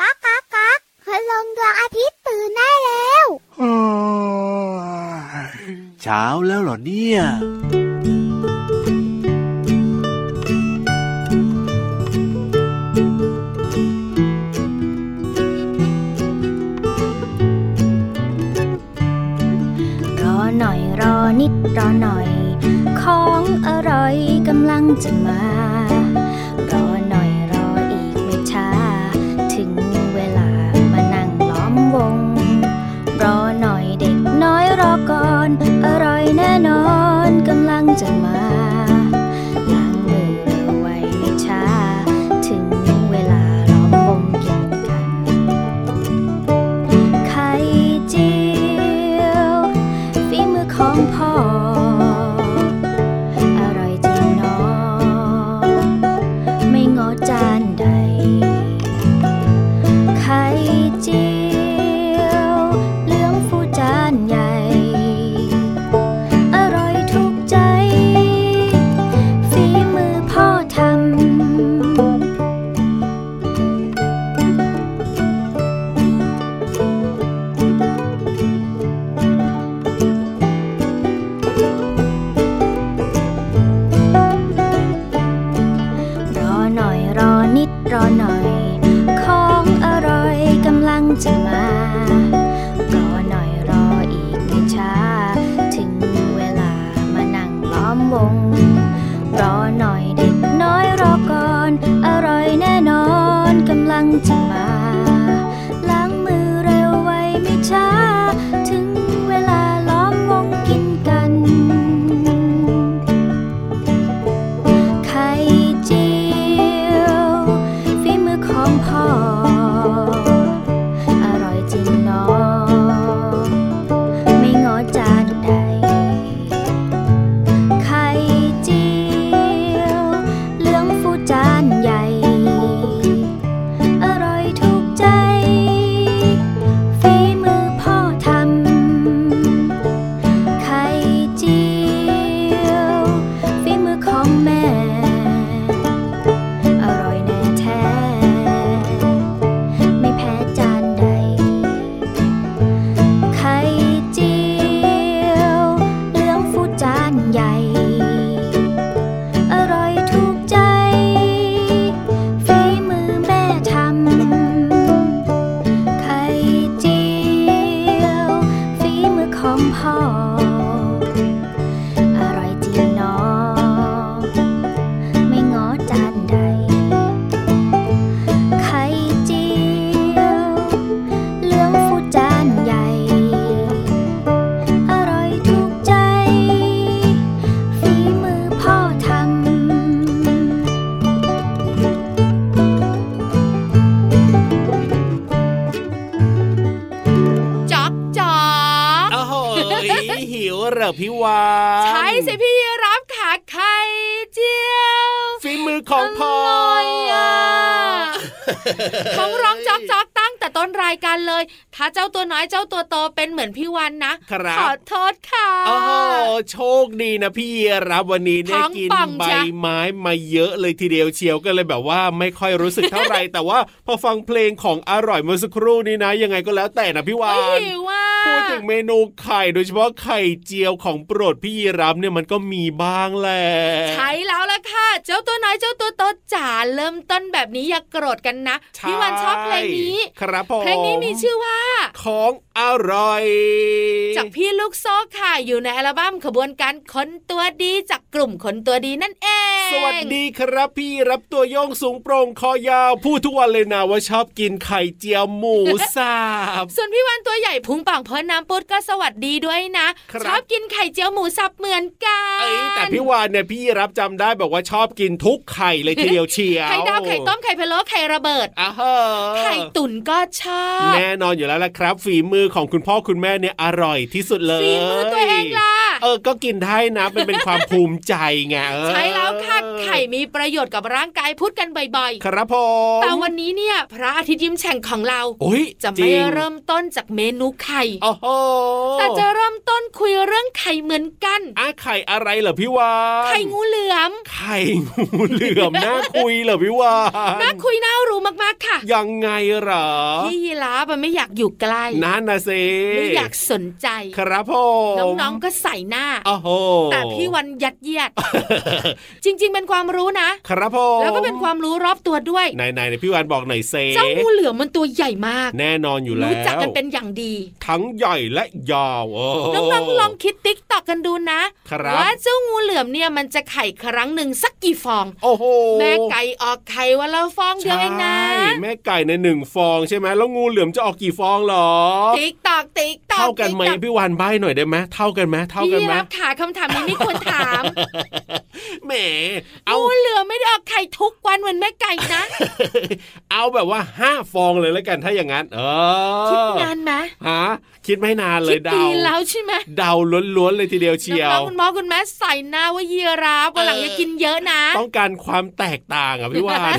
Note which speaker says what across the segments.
Speaker 1: ก๊ากก๊ากก๊ากคืนลงดวงอาทิตย์ตื่นได้แล้ว
Speaker 2: เช้าแล้วเหรอเนี่ย
Speaker 3: รอหน่อยรอนิดรอหน่อย ของอร่อยกำลังจะมา รอหน่อยรออีกไม่ช้า ถึงเวลามานั่งล้อมวง รอหน่อยเด็กน้อยรอก่อน อร่อยแน่นอนกำลังจะมาล้างมือเร็วไวไม่ช้า ถึงเวลาล้อมวงกินกัน ไข่เจียวฝีมือของพ่อ อร่อยจริงเนาะไม่งอจานใด ไข่เจียวเหลืองฟูจานใหญ่ อร่อยถูกใจ ฝีมือพ่อทำ รอหน่อยรอนิดรอหน่อย ของอร่อยกำลังจะมา รอหน่อยรออีกไม่ช้า ถึงเวลามานั่งล้อมวง รอหน่อยเด็กน้อยรอก่อน อร่อยแน่นอนกำลังจะมา ล้างมือเร็วไวไม่ช้า ถึงเวลาล้อมวงกินกัน ไข่เจียวฝีมือของพ่อ อร่อยจริงเนาะไม่งอจานใด ไข่เจียวเหลืองฟูจานใหญ่ อร่อยถูกใจฝีมือพ่อทำ ไข่เจียวฝีมือของแม่ อร่อยแน่แท้ ไม่แพ้จานใด ไข่เจียวเหลืองฟูจานใหญ่ อร่อยถูกใจฝีมือแม่ทำ ไข่เจียวฝีมือของพ่อ อร่อยจริงเนาะไม่ง้อจานใด ไข่เจียวเหลืองฟูจานใหญ่ อร่อยถูกใจฝีมือพ่อทำ
Speaker 4: จ๊อกจ๊อก
Speaker 2: โอ้โห หิวเหรอพี่วาน
Speaker 4: ใช่สิพี่รับขาไข่เจียว
Speaker 2: ฝีมือของพ่อ
Speaker 4: ร่อยอ่ะของร้องจอกจอกตั้งแต่ต้นรายการเลย ถ้าเจ้าตัวน้อยเจ้าตัวโตเป็นเหมือนพี่วันนะครับ ขอโทษค่ะ
Speaker 2: โอ้โหโชคดีนะพี่รับวันนี้ได้
Speaker 4: ท้อง
Speaker 2: กิน
Speaker 4: ป่อง
Speaker 2: ใบ
Speaker 4: จ้ะ
Speaker 2: ไม้มาเยอะเลยทีเดียวเชียวก็เลยแบบว่าไม่ค่อยรู้สึกเท่า ไหร่ แต่ว่าพอฟังเพลงของอร่อยเมื่อสักครู่นี้นะ ยังไงก็แล้วแต่นะพี่วา
Speaker 4: โอ้ย
Speaker 2: น
Speaker 4: หิวว่า
Speaker 2: พูดถึงเมนูไข่โดยเฉพาะไข่เจียวของโปรดพี่ยีรับเนี่ยมันก็มีบ้างแหละ
Speaker 4: ใช้แล้วละค่ะ เจ้าตัวน้อยเจ้าตัวโตจ๋าเริ่มต้นแบบนี้อย่ากโกรธกันนะ
Speaker 2: ใ
Speaker 4: พี่วันชอบเพลงนี้
Speaker 2: ครับผม
Speaker 4: เพลงนี้มีชื่อว่า
Speaker 2: ของอร่อย
Speaker 4: จากพี่ลูกโซ่ค่ะ อยู่ในอัลบั้มขบวนการคนตัวดีจากกลุ่มคนตัวดีนั่นเอง
Speaker 2: สวัสดีครับพี่รับตัวโยงสูงโปร่งคอยาว พูดทุกวันเลยนะว่าชอบกินไข่เจียวหมูสั บ
Speaker 4: ส่วนพี่วันตัวใหญ่พุงป่องเพอน้ำปุดก็สวัสดีด้วยนะครับ ชอบกินไข่เจียวหมูสับเหมือนกัน
Speaker 2: เอ้ยแต่พี่วานเนี่ยพี่รับจำได้บอกว่าชอบกินทุกไข่เลยทีเดียวเชียว
Speaker 4: ไข่ดาวไข่ต้มไข่พะโล้ไข่ระเบิด
Speaker 2: อ้าวเหรอ
Speaker 4: ไข่ตุ๋นก็ชอบ
Speaker 2: แน่นอนอยู่แล้วละครับ ฝีมือของคุณพ่อคุณแม่เนี่ยอร่อยที่สุดเลย
Speaker 4: ฝีมือตัวเองล่ะ
Speaker 2: เออ ก็กินได้นะมันเป็นความภูมิใจไงเอ อ
Speaker 4: ใช้แล้วค่ะไข่มีประโยชน์กับร่างกายพูดกันบ่อย
Speaker 2: ครับผม
Speaker 4: ๆ แต่วันนี้เนี่ย พระอาทิตย์ยิ้มแฉ่งของเรา
Speaker 2: โอ้ย
Speaker 4: จะ
Speaker 2: ริ
Speaker 4: ไม่
Speaker 2: ง
Speaker 4: เริ่มต้นจากเมนูไข่
Speaker 2: โอ้โห
Speaker 4: แต่จะเริ่มต้นคุยเรื่องไข่เหมือนกัน
Speaker 2: อ่ะไข่อะไรเหรอพี่วาน
Speaker 4: ไข่งูเหลือม
Speaker 2: ไข่งูเหลือมน่าคุยเหรอพี่วาน
Speaker 4: น่าคุยน่ารู้มากๆค่ะ
Speaker 2: ยังไงเหรอ
Speaker 4: พี่ยีราฟมันไม่อยากอยู่ใกล้
Speaker 2: นั่นนะสิ
Speaker 4: ไม่อยากสนใจ
Speaker 2: ครับผม
Speaker 4: น้องๆก็ใส่หน้า
Speaker 2: โอ้โห
Speaker 4: แต่พี่วันยัดเยียด จริง ๆ เป็นความรู้นะ
Speaker 2: ครับผม
Speaker 4: แล้วก็เป็นความรู้รอบตัวด้วย
Speaker 2: ไหนไหนไหนพี่วานบอกหน่อยเซ
Speaker 4: เจ้างูเหลือมมันตัวใหญ่มาก
Speaker 2: แน่นอนอยู่แล้ว
Speaker 4: รู้จักกันเป็นอย่างดี
Speaker 2: ทั้งใหญ่และยาวเ
Speaker 4: น้องๆลองคิดติ๊กตอกกันดูนะครับ ว่าเจ้างูเหลือมเนี่ยมันจะไข่ครั้งหนึ่งสักกี่ฟอง
Speaker 2: โอ้โห
Speaker 4: แม่ไก่ออกไข่วันละฟองเดียวเองนะ
Speaker 2: ใช่แม่ไก่ในหนึ่งฟองใช่ไหมแล้วงูเหลือมจะออกกี่ฟองหรอ
Speaker 4: ติ๊กตอกติ๊กตอก
Speaker 2: เท่ากันไหม
Speaker 4: ติ๊ต๊อ
Speaker 2: พี่วานใบ้หน่อยได้ไหมเท่ากันไหมเท่า
Speaker 4: พี่
Speaker 2: กันไหม
Speaker 4: รับขาคำถามนี้ไม่ควรถาม
Speaker 2: แหมเอา
Speaker 4: งูเหลือมไม่ได้ออกไข่ทุกวันเหมือนแม่ไก่นะ
Speaker 2: เอาแบบว่าห้าฟองเลยแล้วกันถ้าอย่างนั้น เออ
Speaker 4: คิดนานไหม
Speaker 2: ฮะคิดไม่นานเล
Speaker 4: คิ
Speaker 2: ย
Speaker 4: ด
Speaker 2: เดา
Speaker 4: ดีแล้วใช่ไหม
Speaker 2: เดาล้วนๆเลยทีเดียวเชียว
Speaker 4: น้องๆคุณพ่อคุณแม่ใส่หน้าว่ายีราฟวันหลัง
Speaker 2: เอ
Speaker 4: อ
Speaker 2: ออ
Speaker 4: ย่ากินเยอะนะ
Speaker 2: ต้องการความแตกต่างอ่ะ พี่วาน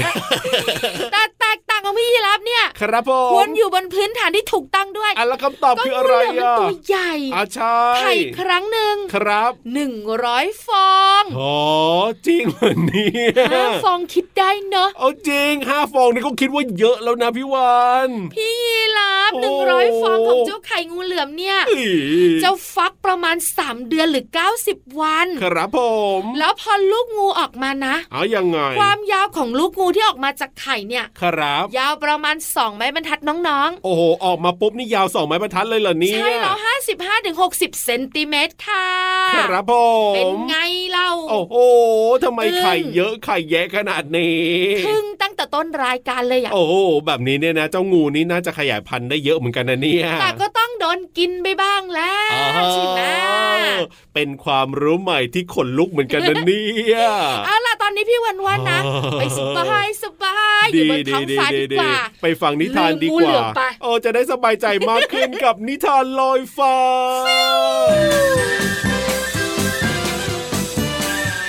Speaker 4: แต่แตกต่างของพี่ยีราฟเนี่ย
Speaker 2: ครับผ
Speaker 4: ควร
Speaker 2: ม
Speaker 4: อยู่บนพื้นฐานที่ถูกต้องด้วย
Speaker 2: อ่ะแล้วคำตอบ
Speaker 4: ก็
Speaker 2: คือ
Speaker 4: งู
Speaker 2: อะ
Speaker 4: เห
Speaker 2: ไร
Speaker 4: ลือมมัน
Speaker 2: อ่ะ
Speaker 4: ตัวใหญ่
Speaker 2: อ่ะใช่
Speaker 4: ไข่ครั้งหนึ่ง
Speaker 2: ครับ
Speaker 4: หนึ่งร้อยฟอง
Speaker 2: โอ้จริงเหรอเนี่ย
Speaker 4: ห้าฟองคิดได้เนอะ
Speaker 2: เอาจริงห้าฟองนี่ก็คิดว่าเยอะแล้วนะพี่วาน
Speaker 4: พี่ยีราฟ
Speaker 2: โอ้
Speaker 4: หนึ่งร้อยฟองของเจ้าไข่งูเหลือมเนี่ย
Speaker 2: เอ้ย
Speaker 4: เจ้าฟักประมาณ 3 เดือนหรือ 90 วัน
Speaker 2: ครับผม
Speaker 4: แล้วพอลูกงูออกมานะ
Speaker 2: เอายังไง
Speaker 4: ความยาวของลูกงูที่ออกมาจากไข่เนี่ย
Speaker 2: ครับ
Speaker 4: ยาวประมาณ 2 ไม้บรรทัดน้องๆ
Speaker 2: โอ้โหออกมาปุ๊บนี่ยาวสองไม้บรรทัดเลยเหรอเนี่ย
Speaker 4: ใช่แล้วห้าสิบห้าถึงหกสิบเซนติเมตรค่ะ
Speaker 2: ครับผ
Speaker 4: เป็น
Speaker 2: ม
Speaker 4: ไงเล่า
Speaker 2: โอ้โหทำไม
Speaker 4: อึ้ง
Speaker 2: ไข่เยอะไข่แยะขนาดนี้
Speaker 4: ทึ่งตั้งแต่ต้นรายการเลยอ่ะ
Speaker 2: โอ้โหแบบนี้เนี่ยนะเจ้างูนี่น่าจะขยายพันธุ์ได้เยอะเหมือนกันนะเนี่ย
Speaker 4: แต่ก็ต้องโดนกินไปบ้างแล้
Speaker 2: อ๋อ
Speaker 4: วใช่ไหม
Speaker 2: เป็นความรู้ใหม่ที่ขนลุกเหมือนกันนะเนี่ย
Speaker 4: เอาล่ะตอนนี้พี่วันวันนะ
Speaker 2: อ๋อ
Speaker 4: ไปสบายสบายอยู่บนท้องฟ้าดีกว่า
Speaker 2: ไปฟังนิทานดีก
Speaker 4: ลืมงูเหลื
Speaker 2: ว่า
Speaker 4: อมไป
Speaker 2: โอ้จะได้สบายใจมากขึ้น กับนิทานลอยฟ้า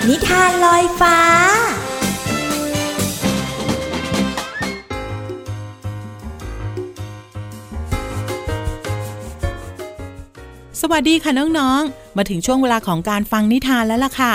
Speaker 5: นิทานลอยฟ้า
Speaker 6: สวัสดีค่ะน้องๆ มาถึงช่วงเวลาของการฟังนิทานแล้วล่ะค่ะ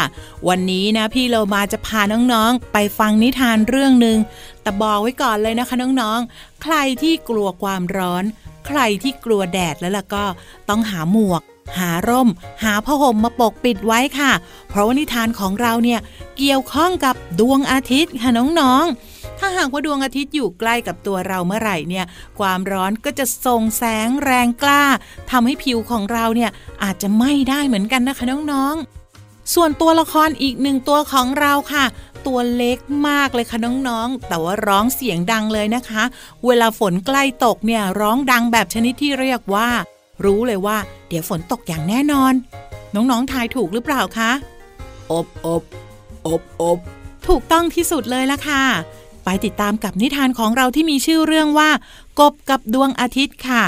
Speaker 6: วันนี้นะพี่เรามาจะพาน้องๆ ไปฟังนิทานเรื่องหนึ่งแต่บอกไว้ก่อนเลยนะคะน้องๆ ใครที่กลัวความร้อน ใครที่กลัวแดดแล้วล่ะก็ต้องหาหมวก หาร่ม หาผ้าห่มมาปกปิดไว้ค่ะ เพราะว่านิทานของเราเนี่ยเกี่ยวข้องกับดวงอาทิตย์ค่ะน้องๆ ถ้าหากว่าดวงอาทิตย์อยู่ใกล้กับตัวเราเมื่อไหร่เนี่ย ความร้อนก็จะส่งแสงแรงกล้าทำให้ผิวของเราเนี่ยอาจจะไหม้ได้เหมือนกันนะคะน้องๆ ส่วนตัวละครอีกหนึ่งตัวของเราค่ะ ตัวเล็กมากเลยค่ะน้องๆ แต่ว่าร้องเสียงดังเลยนะคะ เวลาฝนใกล้ตกเนี่ยร้องดังแบบชนิดที่เรียกว่า รู้เลยว่า เดี๋ยวฝนตกอย่างแน่นอน น้องๆทายถูกหรือเปล่าคะ อบอบอบอบถูกต้องที่สุดเลยละค่ะ ไปติดตามกับนิทานของเราที่มีชื่อเรื่องว่า กบกับดวงอาทิตย์ค่ะ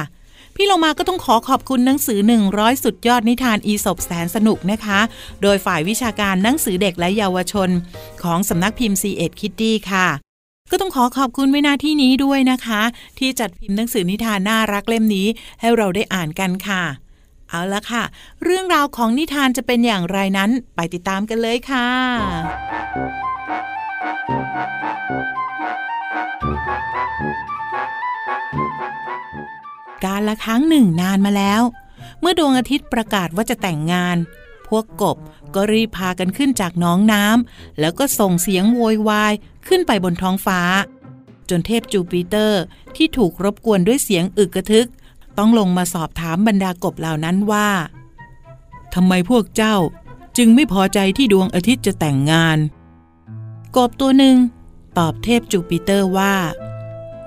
Speaker 6: พี่เรามาก็ต้องขอขอบคุณหนังสือ 100 สุดยอดนิทานอีสบแสนสนุกนะคะ โดยฝ่ายวิชาการหนังสือเด็กและเยาวชน ของสำนักพิมพ์ c ีเอ็ดคิตตี้ค่ะ ก็ต้องขอขอบคุณไว้หน้าที่นี้ด้วยนะคะ ที่จัดพิมพ์หนังสือนิทานน่ารักเล่มนี้ ให้เราได้อ่านกันค่ะ เอาละค่ะ เรื่องราวของนิทานจะเป็นอย่างไรนั้น ไปติดตามกันเลยค่ะ การละครั้งหนึ่งนานมาแล้ว เมื่อดวงอาทิตย์ประกาศว่าจะแต่งงาน พวกกบก็รีบพากันขึ้นจากหน้องน้ำแล้วก็ส่งเสียงโวยวายขึ้นไปบนท้องฟ้า จนเทพจูปิเตอร์ที่ถูกรบกวนด้วยเสียงอึกกระทึก ต้องลงมาสอบถามบรรดากบเหล่านั้นว่าทำไมพวกเจ้าจึงไม่พอใจที่ดวงอาทิตย์จะแต่งงาน กบตัวหนึ่งตอบเทพจูปิเตอร์ว่า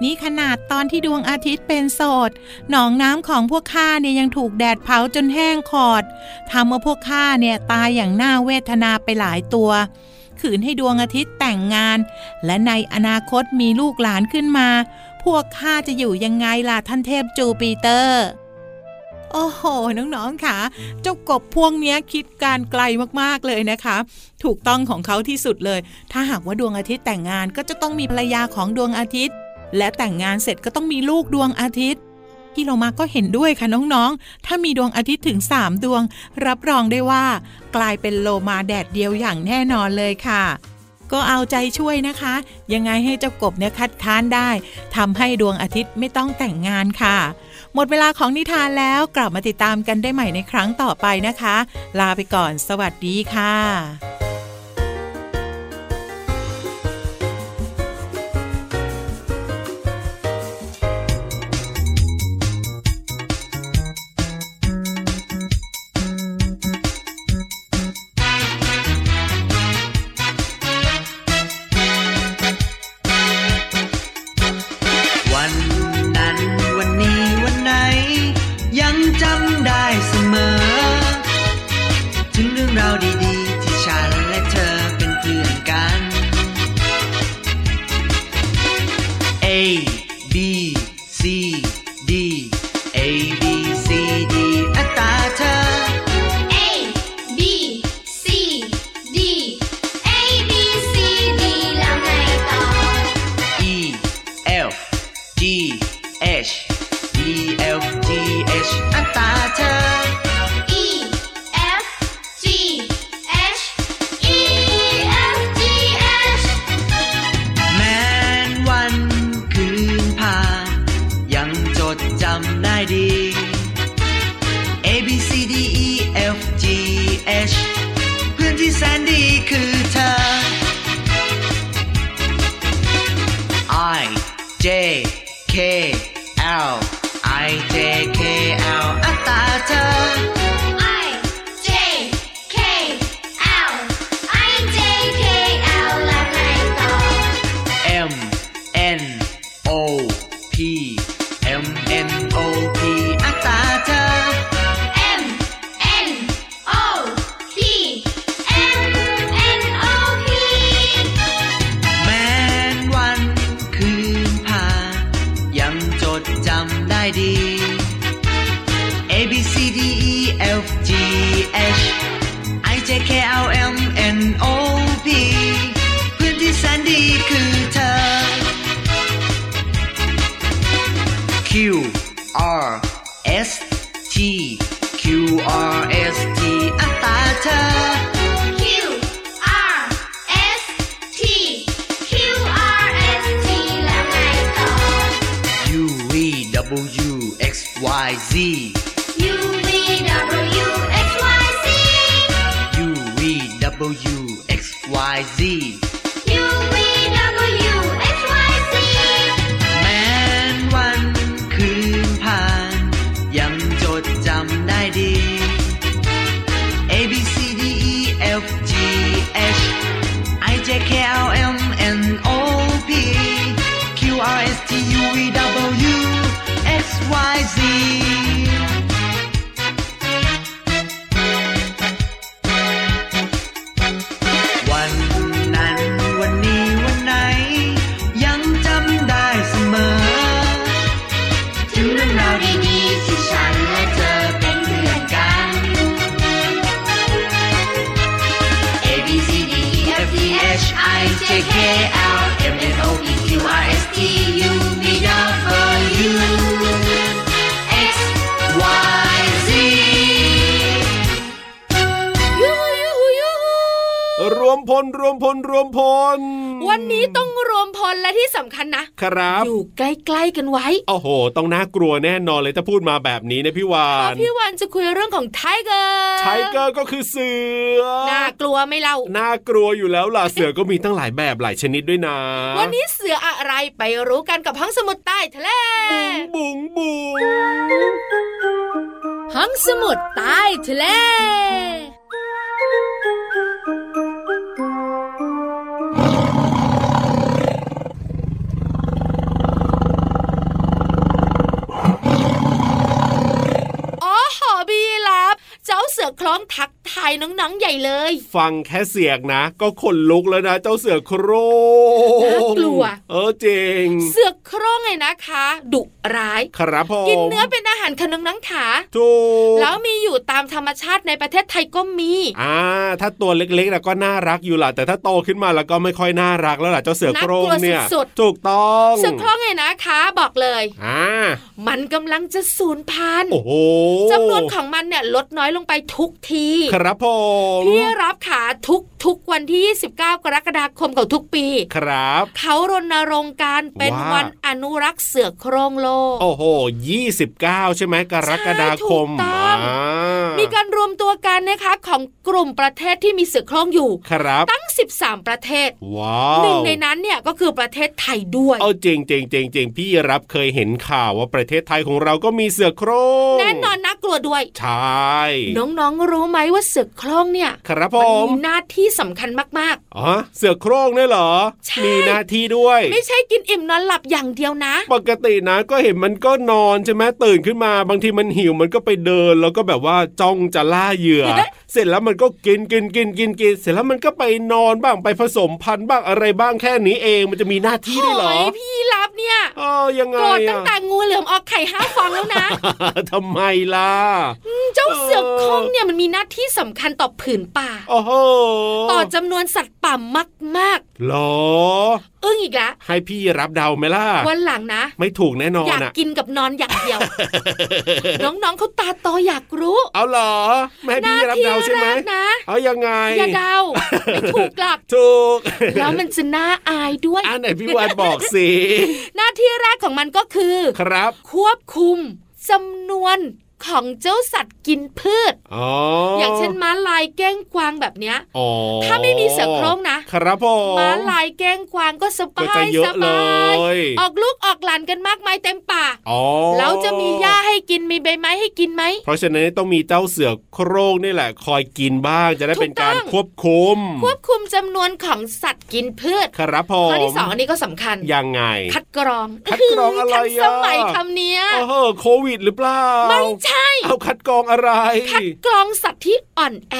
Speaker 6: นี่ขนาดตอนที่ดวงอาทิตย์เป็นโสด หนองน้ำของพวกข้าเนี่ยยังถูกแดดเผาจนแห้งขอดทำเอาพวกข้าเนี่ยตายอย่างน่าเวทนาไปหลายตัว ขืนให้ดวงอาทิตย์แต่งงาน และในอนาคตมีลูกหลานขึ้นมา พวกข้าจะอยู่ยังไงล่ะท่านเทพจูปิเตอร์ โ โอ้โห น้องๆค่ะ เจ้ากบพวงเนี้ยคิดการไกลมากๆเลยนะคะ ถูกต้องของเขาที่สุดเลย ถ้าหากว่าดวงอาทิตย์แต่งงานก็จะต้องมีภรรยาของดวงอาทิตย์ และแต่งงานเสร็จก็ต้องมีลูกดวงอาทิตย์ พี่เรามาก็เห็นด้วยค่ะน้องๆ ถ้ามีดวงอาทิตย์ถึง 3 ดวง รับรองได้ว่า กลายเป็นโลมาแดดเดียวอย่างแน่นอนเลยค่ะ ก็เอาใจช่วยนะคะ ยังไงให้เจ้ากบเนี่ยคัดค้านได้ทำให้ดวงอาทิตย์ไม่ต้องแต่งงานค่ะ หมดเวลาของนิทานแล้วกลับมาติดตามกันได้ใหม่ในครั้งต่อไปนะคะ ลาไปก่อน สวัสดีค่ะ
Speaker 7: วันนั้นวันนี้วันไหน ยังจำได้เสมอ ถึงเรื่องราวดีๆ ที่ฉันและเธอเป็นเพื่อนกัน A B C D A B C D อัตราเธอ
Speaker 8: A B C D A B C D แล้วไงต่อ
Speaker 7: E F G H E F G H อัตราเธอ
Speaker 8: E F G H E F G H
Speaker 7: แม้นวันคืนผ่านยังจดจำได้ดี A B C D E F G H เพื่อนที่แสนดีคือเธอ I J K L I J K L อัตราเธอ
Speaker 8: I J K L I J K L แล้วไงต่อ
Speaker 7: M N O P M N O P อัตราเธอ
Speaker 8: M N O P M N O P
Speaker 7: แม้นวันคืนผ่านยังจดจำได้ดี A B C D E F G H I J K L M N O P เพื่อนที่แสนดีคือเธอ Q R S T Q R S T อัตราเธอ
Speaker 8: Q R S T Q R S T แล้วไงต่อ
Speaker 7: U V W X Y Z
Speaker 8: U V W X Y Z
Speaker 7: U V W X Y Z
Speaker 8: U V W X Y Z
Speaker 7: แม้นวันคืนผ่าน ยังจดจำได้ดี A B C D E F G H I J K L M N O P Q R S T U V W X Y Z วันนั้นวันนี้วันไหน ยังจำได้เสมอ
Speaker 8: ถึงเรื่องราวดีๆที่ฉันและเธอเป็นเพื่อนกัน
Speaker 7: A B C D E F G H I J K L M N O P Q R S T U V W X Y Z
Speaker 4: ยูฮูยูฮูยูฮู
Speaker 2: รวมพลรวมพลรวมพล
Speaker 4: วันนี้ต้องรวมพลและที่สำคัญนะ
Speaker 2: ครับ
Speaker 4: อยู่ใกล้ๆกันไว้
Speaker 2: โอ้โห ต้องน่ากลัวแน่นอนเลยถ้าพูดมาแบบนี้นะพี่วา
Speaker 4: เพราะ
Speaker 2: น
Speaker 4: พี่วันจะคุยเรื่องของไทเกอร์
Speaker 2: ไทเกอร์ก็คือเสือ
Speaker 4: น่ากลัวไหม่เล่า
Speaker 2: น่ากลัวอยู่แล้วล่ะ เสือก็มีตั้งหลายแบบหลายชนิดด้วยนะ
Speaker 4: วันนี้เสืออะไรไปรู้กันกับห้องสมุดใต้ทะเล
Speaker 2: บุ๋งบุ๋ง
Speaker 4: ห้องสมุดใต้ทะเล อ๋อหอบีลับ เจ้าเสือโคล้องทักทายน้องๆใหญ่เลย
Speaker 2: ฟังแค่เสียงนะ ก็ขนลุกแล้วนะ เจ้าเสือโครง
Speaker 4: น่ากลัว
Speaker 2: เออจริง
Speaker 4: เสือโค ร่งเนี่ยนะคะ ดุร้าย
Speaker 2: ครับผม
Speaker 4: กินเนื้อเป็นอาหารขนมนังขา
Speaker 2: ถูก
Speaker 4: แล้วมีอยู่ตามธรรมชาติในประเทศไทยก็มี
Speaker 2: อ่า ถ้าตัวเล็กๆแล้วก็น่ารักอยู่ล่ะแต่ถ้าโตขึ้นมาแล้วก็ไม่ค่อยน่ารักแล้วล่ะเจ้าเสือโคร่งเนี่ย
Speaker 4: น่ากลัวสุดๆ
Speaker 2: ถูกต้อง
Speaker 4: ซึ่งโครงเนี่ยนะคะบอกเลย
Speaker 2: อ่า
Speaker 4: มันกำลังจะสูญพันธุ์
Speaker 2: โอ้โห
Speaker 4: จำนวนของมันเนี่ยลดน้อยลงไปทุกที
Speaker 2: ครับผม
Speaker 4: พี่รับขาทุกทุกๆวันที่ 29 กรกฎาคมของทุกปี
Speaker 2: ครับ
Speaker 4: เขารณรงค์การเป็น
Speaker 2: ว่า
Speaker 4: วันอนุรักษ์เสือโครงโลก
Speaker 2: โอ้โห29 ใช่ไหมกรกฎาคม
Speaker 4: ใช่ถูกต้อง
Speaker 2: า
Speaker 4: มีการรวมตัวกันนะคะของกลุ่มประเทศที่มีเสือโครงอยู่
Speaker 2: ครับ
Speaker 4: ตั้ง 13 ประเทศ
Speaker 2: ว้าว
Speaker 4: หนึ่งในนั้นเนี่ยก็คือประเทศไทยด้วย
Speaker 2: เอาจริงจริงจริงจริงพี่รับเคยเห็นข่าวว่าประเทศไทยของเราก็มีเสือโคร่ง
Speaker 4: แน่นอนน่ากลัวด้วย
Speaker 2: ใช่
Speaker 4: น้องๆรู้ไหมว่าเสือโคร่งเนี่ย
Speaker 2: ครับผ
Speaker 4: มัน
Speaker 2: ม
Speaker 4: มีหน้าที่สำคัญมาก
Speaker 2: อ๋อเสือโคร่งเนี่ยเหรอ
Speaker 4: ใช่
Speaker 2: มีหน้าที่ด้วย
Speaker 4: ๆ ไม่ใช่กินอิ่มนอนหลับอย่างเดียวนะ
Speaker 2: ปกตินะก็เห็นมันก็นอนใช่ไหมตื่นขึ้นมา บางทีมันหิวมันก็ไปเดิน แล้วก็แบบว่าจ้องจะล่าเห ยื่อ เสร็จแล้วมันก็กินกินกินกินกิน เสร็จแล้วมันก็ไปนอนบ้างไปผสมพันธุ์บ้างอะไรบ้างแค่นี้เองมันจะมีหน้าที่ด้วยเหรอ
Speaker 4: โอ้ยพี่รับเนี่ย
Speaker 2: อ๋อยังไง
Speaker 4: โกรธตั้ง
Speaker 2: อะ
Speaker 4: แต่ งูเหลือมออกไข่ห้าฟองแล้วนะ
Speaker 2: ทำไมล่ะ
Speaker 4: เจ้าเสือโคร่งเนี่ยมันมีหน้าที่สำคัญต่อผืนป่า
Speaker 2: โอ้โห
Speaker 4: ต่อจำนวนสัตว์ป่ามาก
Speaker 2: หรอ
Speaker 4: ๆอึ้งอีกละ
Speaker 2: ให้พี่รับเดาไหมล่ะ
Speaker 4: วันหลังนะ
Speaker 2: ไม่ถูกแน่นอ
Speaker 4: อน ยาก
Speaker 2: อ่ะ
Speaker 4: กินกับนอนอย่าง เดียว น้องๆเขาตาโตอยากรู้
Speaker 2: เอาเหรอ ไม่ให้
Speaker 4: หน้า
Speaker 2: พี่รับ
Speaker 4: ที่
Speaker 2: เดาใช่ไห
Speaker 4: แร
Speaker 2: ม
Speaker 4: กนะ
Speaker 2: เอายังไง
Speaker 4: อย่าเดา ไม่ถูกหลัก
Speaker 2: ถูก
Speaker 4: แล้วมันจะน่าอายด้วย
Speaker 2: อันไหนพี่วานบอกสิ
Speaker 4: หน้าที่แรกของมันก็คือ
Speaker 2: ครับ
Speaker 4: ควบคุมจำนวนของเจ้าสัตว์กินพืช
Speaker 2: อ๋อ
Speaker 4: อ
Speaker 2: อย่าง
Speaker 4: เช่นม้าลายแก้งกวางแบบเนี้ย
Speaker 2: อ๋อ
Speaker 4: ถ้าไม่มีเสือโคร่งนะ
Speaker 2: ครับผม
Speaker 4: ม้าลายแก้งกวางก็ส
Speaker 2: ก็
Speaker 4: บา
Speaker 2: จะ
Speaker 4: ย
Speaker 2: เย
Speaker 4: ส
Speaker 2: อะเล
Speaker 4: บาย
Speaker 2: ย
Speaker 4: ออกลูกออกหลานกันมากมายเต็มป่า
Speaker 2: อ๋อ
Speaker 4: แล้วจะมีหญ้าให้กินมีใบไม้ให้กินไหม
Speaker 2: เพราะฉะนั้นต้องมีเจ้าเสือโคร่งนี่แหละ คอยกินบ้างจะได้เป็นการ
Speaker 4: ถูกต้อง
Speaker 2: ควบคุม
Speaker 4: ควบคุมจำนวนของสัตว์กินพืช
Speaker 2: ครับผ
Speaker 4: ข้
Speaker 2: ม
Speaker 4: อที่สองอันนี้ก็สำคัญ
Speaker 2: ยังไง
Speaker 4: คัดกรอง
Speaker 2: คัดกรองอะไร
Speaker 4: ทั
Speaker 2: อ่ะ
Speaker 4: น สมัยคำเนี้ย
Speaker 2: โอ้โหโควิดหรือเปล่า
Speaker 4: ไม่ใช่
Speaker 2: เอาคัดกรองอะไร
Speaker 4: คัดกรองสัตว์ที่อ่อนแอ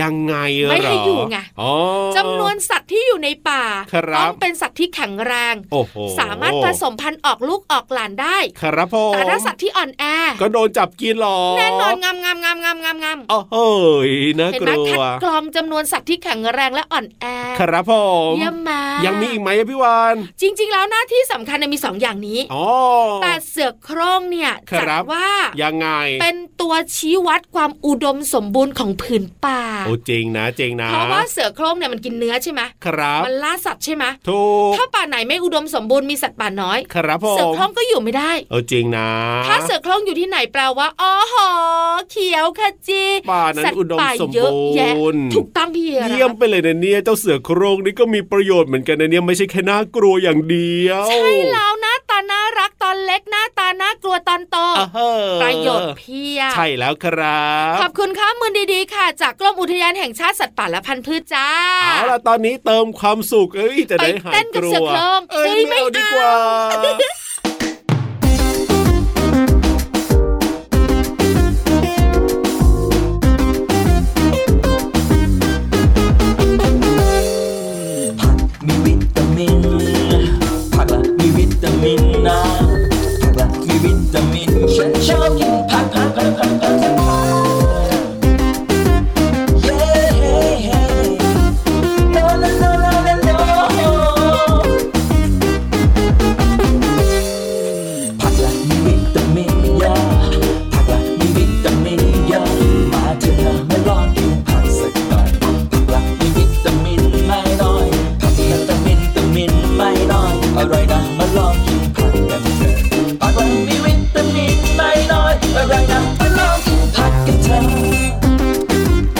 Speaker 2: ยังไงเหรอ
Speaker 4: ไม่ให้อยู่ไง
Speaker 2: อ๋อ
Speaker 4: จำนวนสัตว์ที่อยู่ในป่า
Speaker 2: ครับ
Speaker 4: ต้องเป็นสัตว์ที่แข็งแรง
Speaker 2: โอ้โห
Speaker 4: สามารถผสมพันธุ์ออกลูกออกหลานได้
Speaker 2: ครับพ่อ
Speaker 4: แต่ถ้าสัตว์ที่อ่อนแอ
Speaker 2: ก็โดนจับกินหรอ
Speaker 4: แน่นอนงามงามงามงามงามงาม
Speaker 2: โอ้โหน่า
Speaker 4: เห็น
Speaker 2: ก
Speaker 4: ไหม
Speaker 2: ลั
Speaker 4: คั
Speaker 2: ว
Speaker 4: ดกรองจำนวนสัตว์ที่แข็งแรงและอ่อนแอ
Speaker 2: ครับผม
Speaker 4: เยี่ยมมาก
Speaker 2: ยังมีอีกไหมอะพี่วาน
Speaker 4: จริง ๆ แล้วหน้าที่สำคัญเนี่ยมีสองอย่างนี้
Speaker 2: อ๋อ
Speaker 4: แต่เสือโคร่งเนี่ย
Speaker 2: ค
Speaker 4: จัด
Speaker 2: รับ
Speaker 4: ว่า
Speaker 2: ยังไง
Speaker 4: เป็นตัวชี้วัดความอุดมสมบูรณ์ของผืนป่า
Speaker 2: โอ้เจริงนะเจริงนะ
Speaker 4: เพราะว่าเสือโคร่งเนี่ยมันกินเนื้อใช่ไหม
Speaker 2: ครับ
Speaker 4: มันล่าสัตว์ใช่ไหม
Speaker 2: ถูก
Speaker 4: ถ้าป่าไหนไม่อุดมสมบูรณ์มีสัตว์ป่าน้อย
Speaker 2: ครับผ
Speaker 4: เสือ
Speaker 2: ม
Speaker 4: โคร่งก็อยู่ไม่ได้
Speaker 2: เออจริงนะ
Speaker 4: ถ้าเสือโคร่งอยู่ที่ไหนแปลว่าอ๋อหอเขียวขจี
Speaker 2: ป่านั้น
Speaker 4: สัตว์
Speaker 2: อุดม
Speaker 4: ป่า
Speaker 2: สมบูรณ์
Speaker 4: เยอะแยะถูกต้องพี่เอ
Speaker 2: เยี่ยมไปเลยนะเนี่ยเจ้าเสือโครงนี่ก็มีประโยชน์เหมือนกันนะเนี่ยไม่ใช่แค่น่ากลัวอย่างเดียว
Speaker 4: ใช่แล้วหน้าตาน่ารักตอนเล็กหน้าตาน่ากลัวตอนโต
Speaker 2: อ่าฮ
Speaker 4: ประโยชน์เพียบ
Speaker 2: ใช่แล้วครับ
Speaker 4: ขอบคุณข้อมูลดีๆ ค่ะ จากกรมอุทยานแห่งชาติสัตว์ป่าและพันธุ์พืชจ้า
Speaker 2: เอาล่ะตอนนี้เติมความสุขเอ้ยจะได้
Speaker 4: ไป
Speaker 2: หาย
Speaker 4: เต้น
Speaker 2: ก
Speaker 4: กับ
Speaker 2: ลั
Speaker 4: เสือ
Speaker 2: ว
Speaker 4: โครง
Speaker 2: เอ้ย
Speaker 4: เอ้ย
Speaker 2: ไม่เอา
Speaker 4: ไม่
Speaker 2: ดี
Speaker 4: เอา
Speaker 2: กว่า
Speaker 9: ผักมีวิตามิน ผักละมีวิตามินนะผักละมีวิตามิน ฉันชอบกินผักผักผักผักผักผักเย้เฮ้เฮ้ no no no no no no ผักละมีวิตามินเยอะผักละมีวิตามินเยอะมาเถอะนะมาลองกินผักสักหน่อยผักละมีวิตามินไม่น้อยผักละตามินตามินไม่น้อยอร่อยนะมาลองกินผักกันเถอะผักละมีวิตามินไม่น้อยอร่อยนะมาลองกินผักกันเถอะ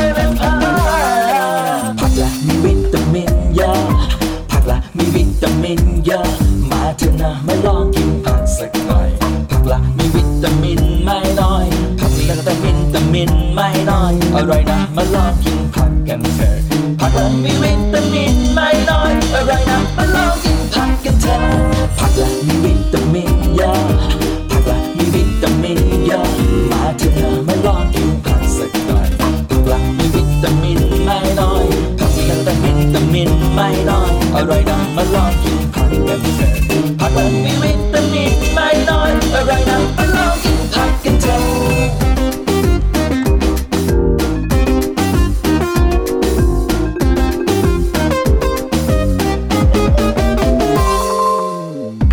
Speaker 9: ผักละมีวิตามินเยอะผักละมีวิตามินเยอะมาเถอะนะมาลองกินผักสักหน่อยผักละมีวิตามินไม่น้อยผักละแต่วิตามินไม่น้อยอร่อยนะมาลองกินผักกันเถอะผักละมีวิตามินไม่น้อยอร่อยนะมาลองกินผักกัน ลองกินผักกันเถอะผักมันมีวิตามินไม่น้อยอะไรนะมาลองกินผักกันเถอะ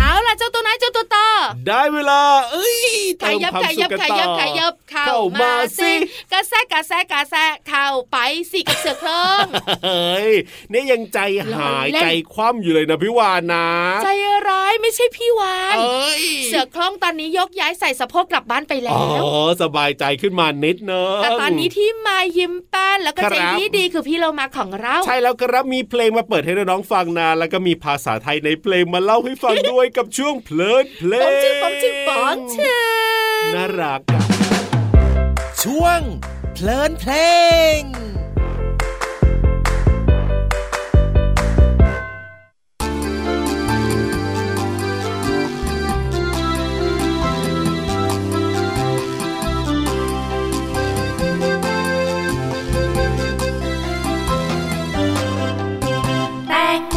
Speaker 4: เอาล่ะเจ้าตัวน้อยเจ้าตัวโต
Speaker 2: ได้เวลา เอ้ย
Speaker 4: ข
Speaker 2: เติม
Speaker 4: ยับ
Speaker 2: ความ
Speaker 4: ข
Speaker 2: สุ
Speaker 4: ยั
Speaker 2: ข
Speaker 4: บ
Speaker 2: กัน
Speaker 4: ข
Speaker 2: ต่อ
Speaker 4: ยับขยับเข้า
Speaker 2: เข้า
Speaker 4: มา
Speaker 2: มา
Speaker 4: สิ
Speaker 2: สิ
Speaker 4: กระแซะกระแซะกระแซะเข้าไปสิกับเสือโครง
Speaker 2: เฮ้ยเนี่ยยังใจหาย
Speaker 4: เราเล่น
Speaker 2: ใจคว่ำอยู่เลยนะพี่วานนะ
Speaker 4: ใจร้ายไม่ใช่พี่วาน
Speaker 2: เอ้ย
Speaker 4: เสือโคร่งตอนนี้ยกย้ายใส่สะโพกกลับบ้านไปแล้
Speaker 2: อ๋อ
Speaker 4: ว
Speaker 2: สบายใจขึ้นมานิดเนอะ
Speaker 4: แต่ตอนนี้ที่มายิ้มแป้นแล้วก็
Speaker 2: ครับ
Speaker 4: ใจดีดีๆคือพี่โลมาของเรา
Speaker 2: ใช่แล้วครับมีเพลงมาเปิดให้น้องๆฟังนะแล้วก็มีภาษาไทยในเพลงมาเล่าให้ฟังด้วยกับช่วงเพลินเพล
Speaker 4: ป๋อง
Speaker 2: ง
Speaker 4: ชื่อป๋องชื่อป๋องชื่อ
Speaker 2: น่ารักอะ
Speaker 9: ช่วงเพลินเพลง
Speaker 8: แตงโม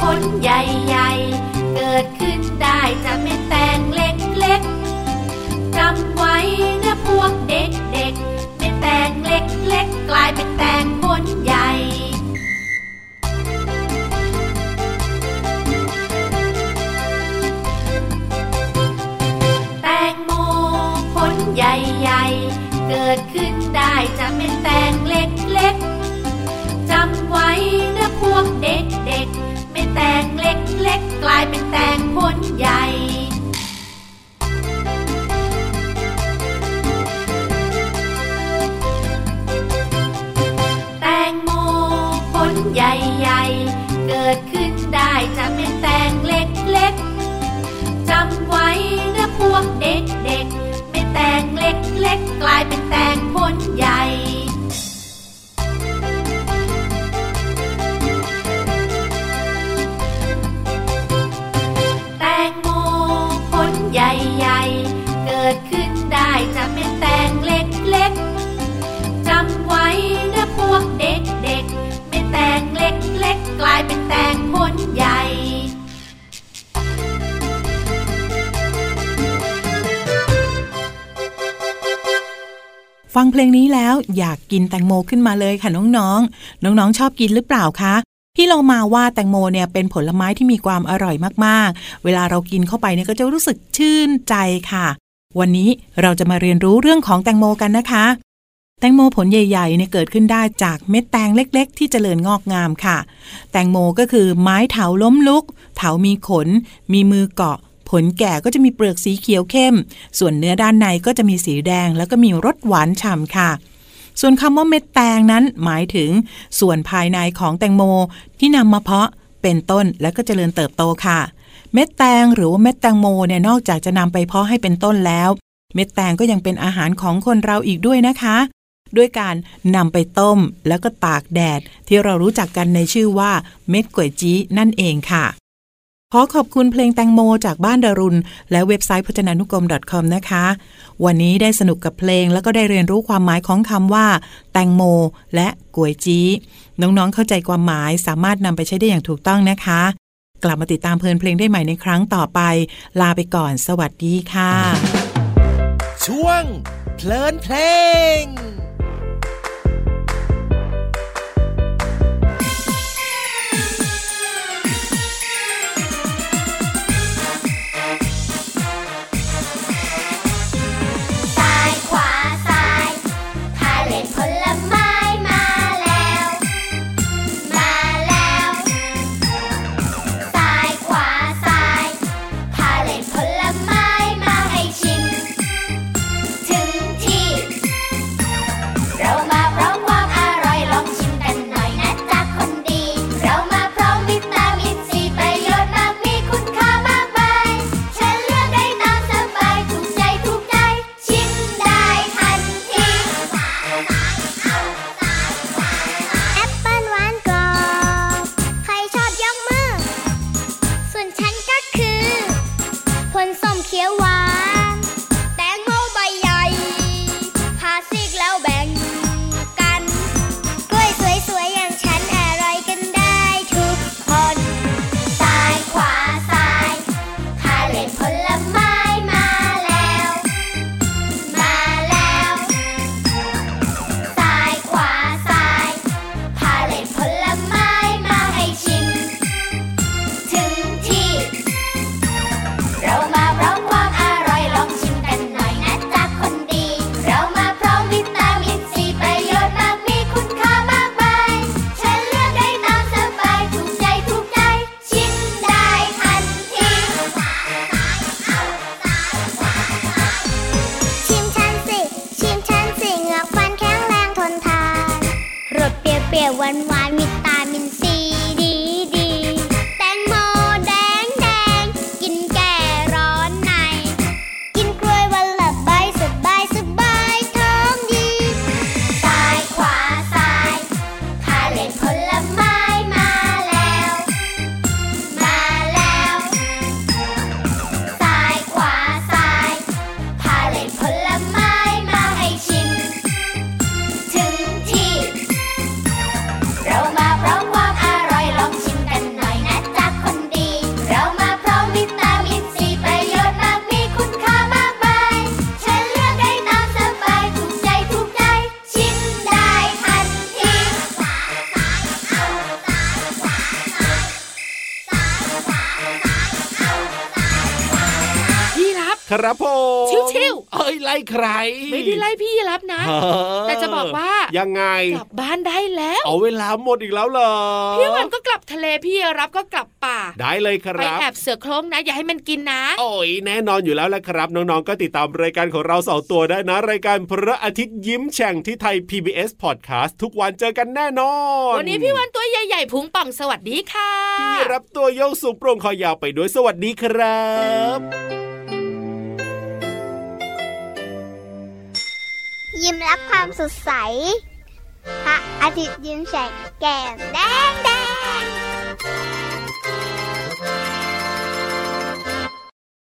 Speaker 8: ผลใหญ่ ๆ เกิดขึ้นได้จากเม็ดแตงเล็กๆจำไว้นะพวกเด็กๆเม็ดแตงเล็กๆ กลายเป็นแตงผลใหญ่ แตงโมผลใหญ่ๆ เกิดขึ้นได้จากเม็ดแตงเล็กๆ จำไว้นะพวกเด็กๆ ไม่แตงเล็กๆ กลายเป็นแตงผลใหญ่ แตงโมผลใหญ่ๆ เกิดขึ้นได้จากเม็ดแตงเล็กๆ จำไว้นะพวกเด็กๆ ไม่แตงเล็กๆ กลายเป็นแตงผลใหญ่ แตงโมผลใหญ่ ๆ เกิดขึ้นได้จากเม็ดแตงเล็กๆ จำไว้นะพวกเด็กๆ เม็ดแตงเล็กๆ กลายเป็นแตงผลใหญ่
Speaker 6: ฟังเพลงนี้แล้วอยากกินแตงโมขึ้นมาเลยค่ะน้องๆ น้องๆ ชอบกินหรือเปล่าคะพี่เรามาว่าแตงโมเนี่ยเป็นผลไม้ที่มีความอร่อยมากๆ เวลาเรากินเข้าไปเนี่ยก็จะรู้สึกชื่นใจค่ะ วันนี้เราจะมาเรียนรู้เรื่องของแตงโมกันนะคะ แตงโมผลใหญ่ๆเนี่ยเกิดขึ้นได้จากเม็ดแตงเล็ก ๆ ที่เจริญงอกงามค่ะ แตงโมก็คือไม้เถาล้มลุก เถามีขน มีมือเกาะ ผลแก่ก็จะมีเปลือกสีเขียวเข้ม ส่วนเนื้อด้านในก็จะมีสีแดง แล้วก็มีรสหวานฉ่ำค่ะ ส่วนคำว่าเม็ดแตงนั้นหมายถึง ส่วนภายในของแตงโมที่นำมาเพาะเป็นต้นแล้วก็เจริญเติบโตค่ะ เม็ดแตงหรือว่าเม็ดแตงโมเนี่ยนอกจากจะนำไปเพาะให้เป็นต้นแล้ว เม็ดแตงก็ยังเป็นอาหารของคนเราอีกด้วยนะคะ ด้วยการนำไปต้มแล้วก็ตากแดด ที่เรารู้จักกันในชื่อว่าเม็ดก๋วยจี้นั่นเองค่ะ ขอขอบคุณเพลงแตงโมจากบ้านดารุณ และเว็บไซต์พจนานุกรม .com นะคะ วันนี้ได้สนุกกับเพลงแล้วก็ได้เรียนรู้ความหมายของคำว่า แตงโม และก๋วยจี้น้องๆเข้าใจความหมายสามารถนำไปใช้ได้อย่างถูกต้องนะคะ กลับมาติดตามเพลินเพลงได้ใหม่ในครั้งต่อไป ลาไปก่อน สวัสดีค่ะ
Speaker 9: ช่วงเพลินเพลง
Speaker 8: ซ้ายขวาซ้ายพาเล่นผลไม้มาแล้ว มาแล้วซ้ายขวาซ้ายพาเล่นผลไม้มาให้ชิม ถึงที่
Speaker 4: พี่รับ
Speaker 2: ครับผม
Speaker 4: ชิว
Speaker 2: ๆเอ้ยไล่ใคร
Speaker 4: ๆไม่ได้ไล่พี่รับนะ
Speaker 2: เอ
Speaker 4: แต่จะบอกว่า
Speaker 2: ยังไง
Speaker 4: กลับบ้านได้แล้ว
Speaker 2: เอาเวลาหมดอีกแล้วเหรอ
Speaker 4: พี่วันก็กลับทะเลพี่รับก็กลับป่า
Speaker 2: ได้เลยค
Speaker 4: ไป
Speaker 2: รับ
Speaker 4: แอบเสือโคร่งนะ อย่าให้มันกินนะ
Speaker 2: โอ้ยแน่นอนอยู่แล้วแหละครับ น้องๆ ก็ติดตามรายการของเราสองตัวได้นะ รายการพระอาทิตย์ยิ้มแฉ่งที่ไทย PBS Podcast ทุกวันเจอกันแน่นอน
Speaker 4: วันนี้พี่วันตัวใหญ่ๆพุงป่องสวัสดีค่ะ
Speaker 2: พี่รับตัวโยกสูงโปร่งคอยาวไปด้วยสวัสดีครับ
Speaker 1: ยิ้มรับความสดใสพระอาทิตย์ยิ้มแฉกแก้มแดงแดง